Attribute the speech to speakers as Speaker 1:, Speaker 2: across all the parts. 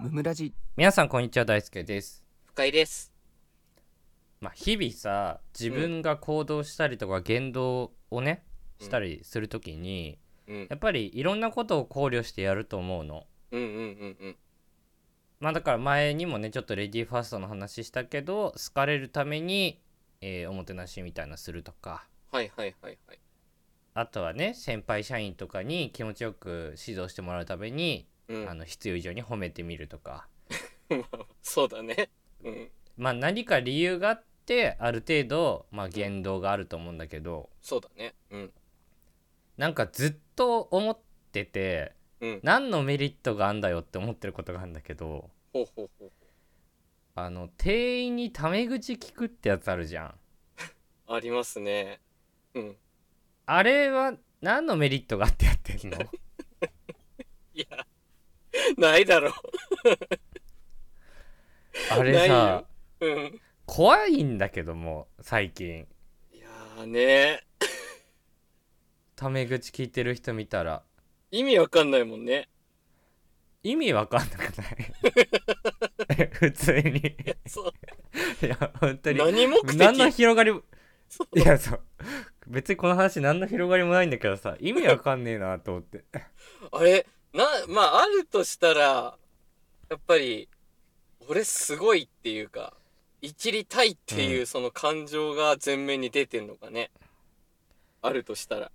Speaker 1: ムムラジ
Speaker 2: 皆さんこんにちは大輔です、
Speaker 3: 深井です。
Speaker 2: まあ、日々さ自分が行動したりとか言動をね、
Speaker 3: うん
Speaker 2: したりするときに
Speaker 3: うん
Speaker 2: やっぱりいろんなことを考慮してやると思うの
Speaker 3: うんうんうん
Speaker 2: まあだから前にもねちょっとレディーファーストの話したけど好かれるために、えーおもてなしみたいなするとか
Speaker 3: はいはいはいはい。
Speaker 2: あとはね先輩社員とかに気持ちよく指導してもらうために、
Speaker 3: うん
Speaker 2: あの必要以上に褒めてみるとか
Speaker 3: そうだね。うん。
Speaker 2: まあ何か理由があってある程度、まあ、言動があると思うんだけど、
Speaker 3: そうだね。うん。
Speaker 2: なんかずっと思ってて
Speaker 3: うん。
Speaker 2: 何のメリットがあんだよって思ってることがあるんだけど
Speaker 3: ほうほうほう。
Speaker 2: あの店員にタメ口聞くってやつあるじゃん
Speaker 3: ありますね。うん。
Speaker 2: あれは何のメリットがあってやって んの
Speaker 3: いや、ないだろ
Speaker 2: あれさ
Speaker 3: う。うん。
Speaker 2: 怖いんだけどもう最近
Speaker 3: いやーね。
Speaker 2: タメ口聞いてる人見たら
Speaker 3: 意味わかんないもんね。
Speaker 2: 意味わかんなくない普通にい
Speaker 3: そう。
Speaker 2: や本当に
Speaker 3: 何目的
Speaker 2: 何の広がりも
Speaker 3: そう
Speaker 2: いやそう別にこの話何の広がりもないんだけどさ意味わかんねえなと思って
Speaker 3: あれな、まあ、あるとしたら、やっぱり、俺すごいっていうか、いじりたいっていううその感情が前面に出てんのかね。あるとしたら。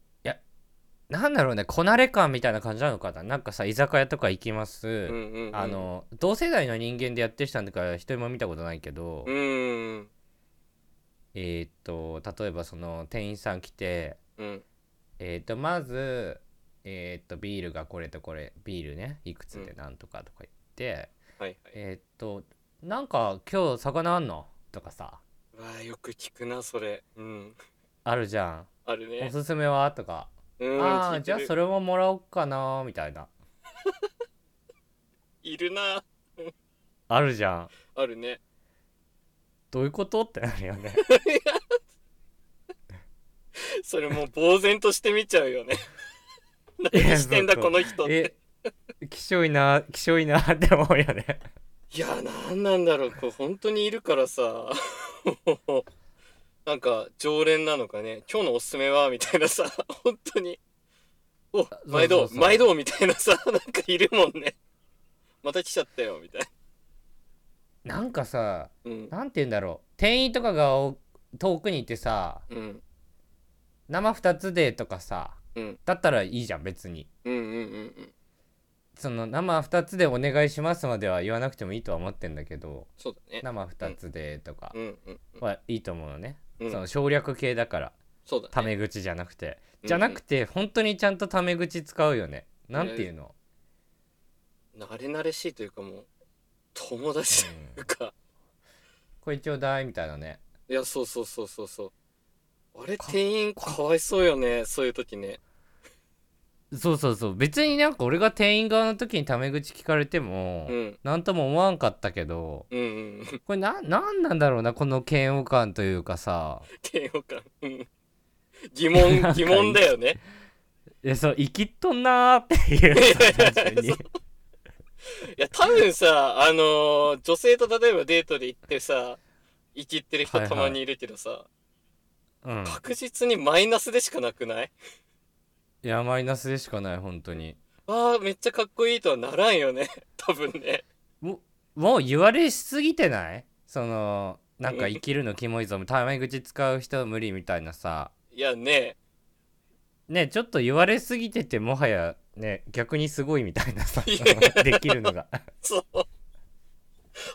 Speaker 2: なんだろうねこなれ感みたいな感じなのかななんかさ居酒屋とか行きます、
Speaker 3: うんうんうん。
Speaker 2: あ、の同世代の人間でやってる人なんだから一人も見たことないけど、
Speaker 3: うん。
Speaker 2: えーっと例えばその店員さん来て
Speaker 3: うん。
Speaker 2: えーっとまずえーっとビールがこれとこれビールねいくつでなんとかとか言って、
Speaker 3: はいはい。
Speaker 2: えーっとなんか今日魚あんのとかさ
Speaker 3: うわあ、よく聞くな、それ。うん。
Speaker 2: あるじゃ
Speaker 3: ある
Speaker 2: んお
Speaker 3: ね。
Speaker 2: すすめはとか、
Speaker 3: うん。
Speaker 2: あ
Speaker 3: 聞
Speaker 2: あ
Speaker 3: い
Speaker 2: じゃあ
Speaker 3: てる
Speaker 2: それももらおうかなみたいない
Speaker 3: るな。
Speaker 2: あるじゃん
Speaker 3: あるね。
Speaker 2: どういうことってなるよね
Speaker 3: それもう呆然として見ちゃうよね。何してんだ、
Speaker 2: いや
Speaker 3: こ
Speaker 2: そう
Speaker 3: の人って。
Speaker 2: えきしょいなきしょいな って思うよね
Speaker 3: いや、なんなんだろう。これ本当にいるからさ。 もうなんか、常連なのかね。今日のおすすめはみたいなさ。 本当に。お、毎
Speaker 2: そう
Speaker 3: 度、
Speaker 2: そうそう
Speaker 3: 毎度みたいなさ。 なんかいるもんね。また来ちゃったよ、みたいな。
Speaker 2: なんかさ
Speaker 3: うん。
Speaker 2: なんて言うんだろう店員とかがお遠くにいてさ
Speaker 3: うん。
Speaker 2: 生2つでとかさ
Speaker 3: うん。
Speaker 2: だったらいいじゃん別に
Speaker 3: うんうんうんうん。
Speaker 2: その生2つでお願いしますまでは言わなくてもいいとは思ってんだけど
Speaker 3: そうだね。
Speaker 2: 生2つでとか
Speaker 3: うんうんうん。
Speaker 2: はいいと思うのね、
Speaker 3: うん
Speaker 2: その省略系だから
Speaker 3: そうだね。
Speaker 2: タメ口じゃなくて、
Speaker 3: うん
Speaker 2: じゃなくて本当にちゃんとタメ口使うよねなんていうの、
Speaker 3: 慣れ慣れしいというかもう友達というか、
Speaker 2: これちょうだいみたいなね
Speaker 3: いやそうそうそうそうそうあれ店員かわいそうよねそういう時ね
Speaker 2: そうそうそう別になんか俺が店員側の時にタメ口聞かれても、
Speaker 3: うん
Speaker 2: なんとも思わんかったけど
Speaker 3: うんうん
Speaker 2: これななんなんだろうなこの嫌悪感というかさ
Speaker 3: 嫌悪感うん疑問疑問だよね
Speaker 2: えそう生きっとんなーっていうさ単純に
Speaker 3: いや多分さあのー女性と例えばデートで行ってさ生きってる人
Speaker 2: はい
Speaker 3: た
Speaker 2: は
Speaker 3: ま
Speaker 2: い
Speaker 3: にいるけどさ、
Speaker 2: うん
Speaker 3: 確実にマイナスでしかなくない
Speaker 2: いやマイナスでしかない本当に
Speaker 3: あーめっちゃかっこいいとはならんよね 多分ね
Speaker 2: もうもう言われすぎてないそのなんか
Speaker 3: うん
Speaker 2: 生きるのキモいぞタメ口使う人は無理みたいなさ
Speaker 3: いやね
Speaker 2: ねちょっと言われすぎててもはやね逆にすごいみたいなさ
Speaker 3: いや
Speaker 2: できるのが
Speaker 3: そう。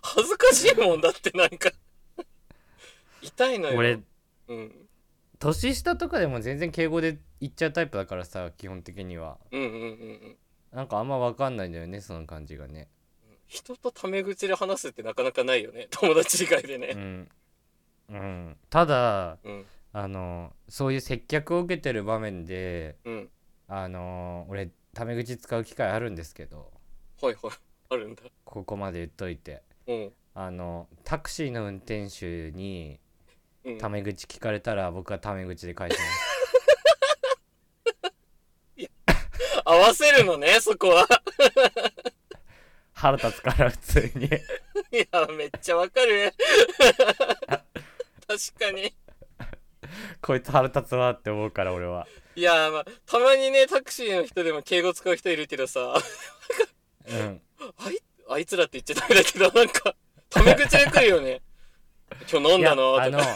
Speaker 3: 恥ずかしいもんだって、なんか。痛いのよ。
Speaker 2: 俺
Speaker 3: うん。
Speaker 2: 年下とかでも全然敬語で言っちゃうタイプだからさ基本的には
Speaker 3: うんうんうんうん。
Speaker 2: なんかあんま分かんないんだよねその感じがね
Speaker 3: 人とタメ口で話すってなかなかないよね。友達以外で
Speaker 2: う
Speaker 3: ね。
Speaker 2: ん、うん、ただ
Speaker 3: うん。
Speaker 2: あのそういう接客を受けてる場面で
Speaker 3: うん。
Speaker 2: あの俺タメ口使う機会あるんですけど
Speaker 3: はいはい。あるんだ。
Speaker 2: ここまで言っといて
Speaker 3: うん。
Speaker 2: あのタクシーの運転手に
Speaker 3: うん、
Speaker 2: タメ口聞かれたら僕はタメ口で返します
Speaker 3: 合わせるのね、そこは。
Speaker 2: 腹立つから普通に
Speaker 3: いや、めっちゃわかる。確かに。
Speaker 2: こいつ腹立つわって思うから俺はい
Speaker 3: や、まあ、たまにね、タクシーの人でも敬語使う人いるけどさ、
Speaker 2: うん
Speaker 3: あい、あいつらって言っちゃダメだけど、なんか、タメ口で来るよね。今日飲んだの
Speaker 2: いやあ
Speaker 3: と
Speaker 2: の
Speaker 3: か。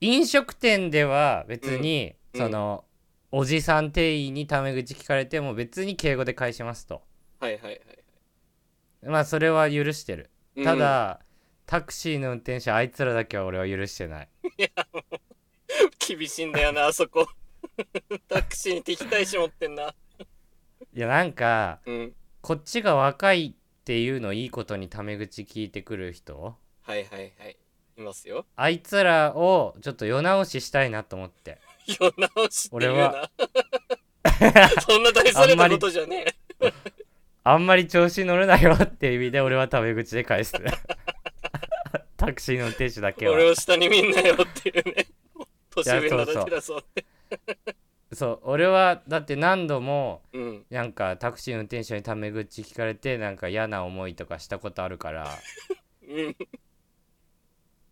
Speaker 2: 飲食店では別に、
Speaker 3: うん
Speaker 2: その、おじさん店員にタメ口聞かれても別に敬語で返しますと
Speaker 3: はいはいはい。
Speaker 2: まあそれは許してる
Speaker 3: うん
Speaker 2: た、だ、タクシーの運転手あいつらだけは俺は許してない
Speaker 3: 厳しいんだよな、あそこ。 タクシーに敵対し持ってんな。
Speaker 2: いやなんか
Speaker 3: うん。
Speaker 2: こっちが若いっていうのをいいことにタメ口聞いてくる人
Speaker 3: はいはいはい。いますよ。
Speaker 2: あいつらをちょっと世直ししたいなと思って
Speaker 3: 世直しって言うな
Speaker 2: 俺は。
Speaker 3: そんな大それたことじゃねえ。
Speaker 2: あんまり調子乗れないよっていう意味で俺はタメ口 で返すタクシーの運転手だけは
Speaker 3: 俺を下に見んなよって いうね。年上の
Speaker 2: いやそうそう
Speaker 3: だけだそうって。
Speaker 2: そう俺はだって何度も
Speaker 3: うん。
Speaker 2: なんかタクシーの運転手にタメ口聞かれてなんか嫌な思いとかしたことあ るから
Speaker 3: うん。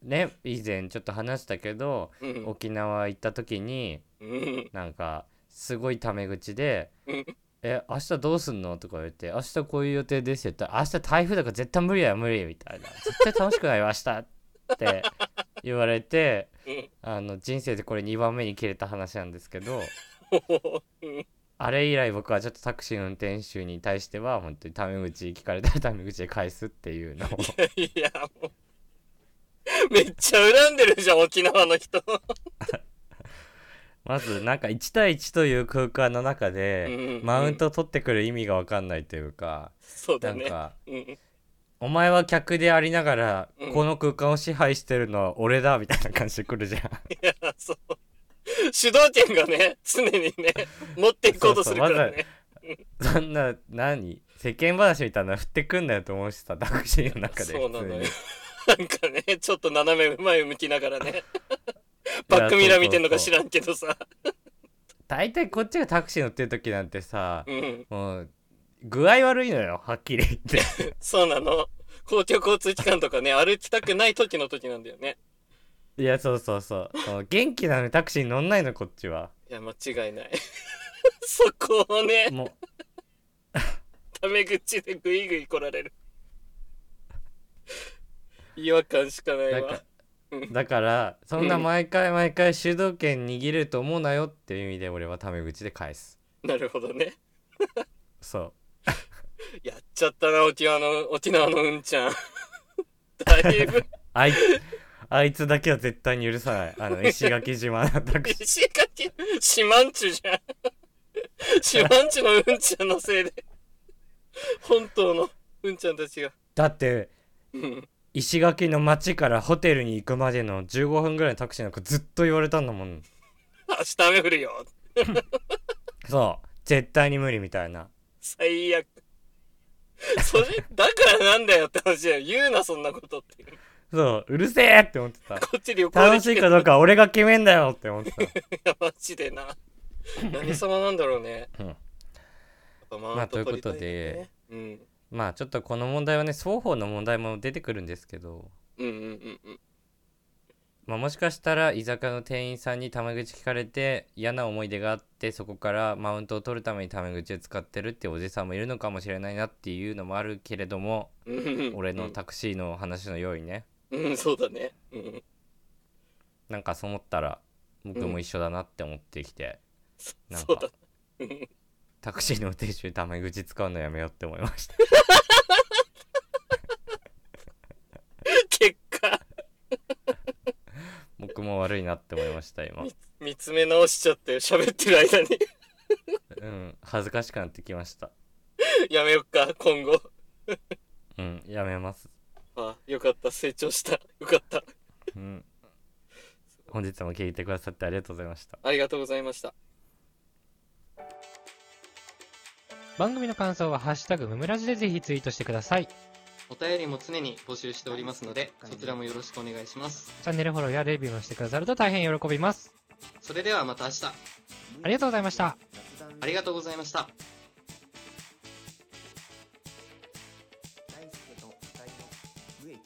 Speaker 2: ね以前ちょっと話したけど
Speaker 3: うん。
Speaker 2: 沖縄行った時に
Speaker 3: うん。
Speaker 2: なんかすごいタメ口で
Speaker 3: うん
Speaker 2: 「え明日どうすんの?」とか言って「明日こういう予定ですよ」って言ったら「明日台風だから絶対無理だよ無理」みたいな「絶対楽しくないよ明日」って言われて
Speaker 3: うん
Speaker 2: あの人生でこれ2番目に切れた話なんですけど。
Speaker 3: うん
Speaker 2: あれ以来僕はちょっとタクシーの運転手に対しては本当にタメ口聞かれたらタメ口で返すっていうのを
Speaker 3: いや、もう。めっちゃ恨んでるじゃん、沖縄の人。
Speaker 2: まずなんか1対1という空間の中で
Speaker 3: うん
Speaker 2: マウントを取ってくる意味が分かんないというか
Speaker 3: そう
Speaker 2: な
Speaker 3: だ
Speaker 2: ん
Speaker 3: ね。
Speaker 2: か
Speaker 3: うん。
Speaker 2: お前は客でありながら
Speaker 3: うん
Speaker 2: この空間を支配してるのは俺だみたいな感じで来るじゃん
Speaker 3: いや、そう。 主導権がね、常に ね、持っていこうとするからね。
Speaker 2: そんな何世間話みたいなの振ってくんなよと思うしさタクシーの中で
Speaker 3: そうな
Speaker 2: 普通
Speaker 3: のよ
Speaker 2: に。
Speaker 3: なんかね、ちょっと斜め前向きなが らね。バックミラー見てんのか知らんけどさ。
Speaker 2: 大体こっちがタクシー乗ってる時なんてさ
Speaker 3: うん。
Speaker 2: もう具合悪いのよはっきり言って。
Speaker 3: そうなの。公共交通機関とかね、歩きたくない時の時なんだよね。
Speaker 2: いやそうそうそうその元気なのにタクシーに乗んないのこっちはい
Speaker 3: や、間違いない。 そこをね、
Speaker 2: も
Speaker 3: タメ口でグイグイ来られる。違和感しかな
Speaker 2: う
Speaker 3: い
Speaker 2: だ
Speaker 3: わ
Speaker 2: か。
Speaker 3: うん
Speaker 2: だからそんな毎回毎回主導権握れると思うなよっていう意味で俺はタメ口で返す
Speaker 3: なるほどね。
Speaker 2: そ
Speaker 3: やっちゃったな、沖縄の、沖縄のうんちゃん。 だいぶ
Speaker 2: う、あい あいつだけは絶対に許さない あの石垣島のタクシー
Speaker 3: 石垣、四万十じゃん。 四万十のうんちゃんのせいで、本当のうんちゃんたちが。
Speaker 2: だって
Speaker 3: うん。
Speaker 2: 石垣の町からホテルに行くまでの15分ぐらいのタクシーなんかずっと言われたんだもん
Speaker 3: 明日雨降るよ。
Speaker 2: そう絶対に無理みたいな
Speaker 3: 最悪。それ、だからなんだよって話だよ。言うな、そんなことっていう。
Speaker 2: そううるせえって思ってた
Speaker 3: こっち旅行で
Speaker 2: 楽
Speaker 3: き
Speaker 2: してい
Speaker 3: る
Speaker 2: かどうかは俺が決めんだよって思ってた
Speaker 3: いや、マジでな。何様なんだろうね。
Speaker 2: うん
Speaker 3: やっぱマウント取りたいよね、うん。
Speaker 2: まあちょっとこの問題はね双方の問題も出てくるんですけど、
Speaker 3: うんうんうんうん。
Speaker 2: まあ、もしかしたら居酒屋の店員さんにタメ口聞かれて嫌な思い出があってそこからマウントを取るためにタメ口を使ってるっていうおじさんもいるのかもしれないなっていうのもあるけれども
Speaker 3: うんうんうん
Speaker 2: 俺のタクシーの話のようにね
Speaker 3: うんそうだねうん
Speaker 2: なんかそう思ったら僕も一緒だなって思ってきて、なん
Speaker 3: そうだ
Speaker 2: かタクシーの運転手にタメ口使うのやめようって思いました
Speaker 3: 結果
Speaker 2: 僕も悪いなって思いました今、
Speaker 3: 見つめ直しちゃって喋ってる間に
Speaker 2: うん、恥ずかしくなってきました
Speaker 3: やめよっか今後
Speaker 2: うんやめます
Speaker 3: あよかった成長したよかった
Speaker 2: うん本日も聞いてくださってありがとうございました
Speaker 3: ありがとうございました
Speaker 1: 番組の感想は「ハッシュタグむむらじ」でぜひツイートしてくださいチ
Speaker 3: お便りも常に募集しておりますのでそちらもよろしくお願いします
Speaker 1: ャンネルフォローやレビューもしてくださると大変喜びます
Speaker 3: それではまた明日
Speaker 1: ありがとうございました
Speaker 3: ありがとうございました
Speaker 4: 無限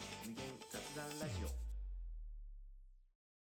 Speaker 4: 雑談ラジオ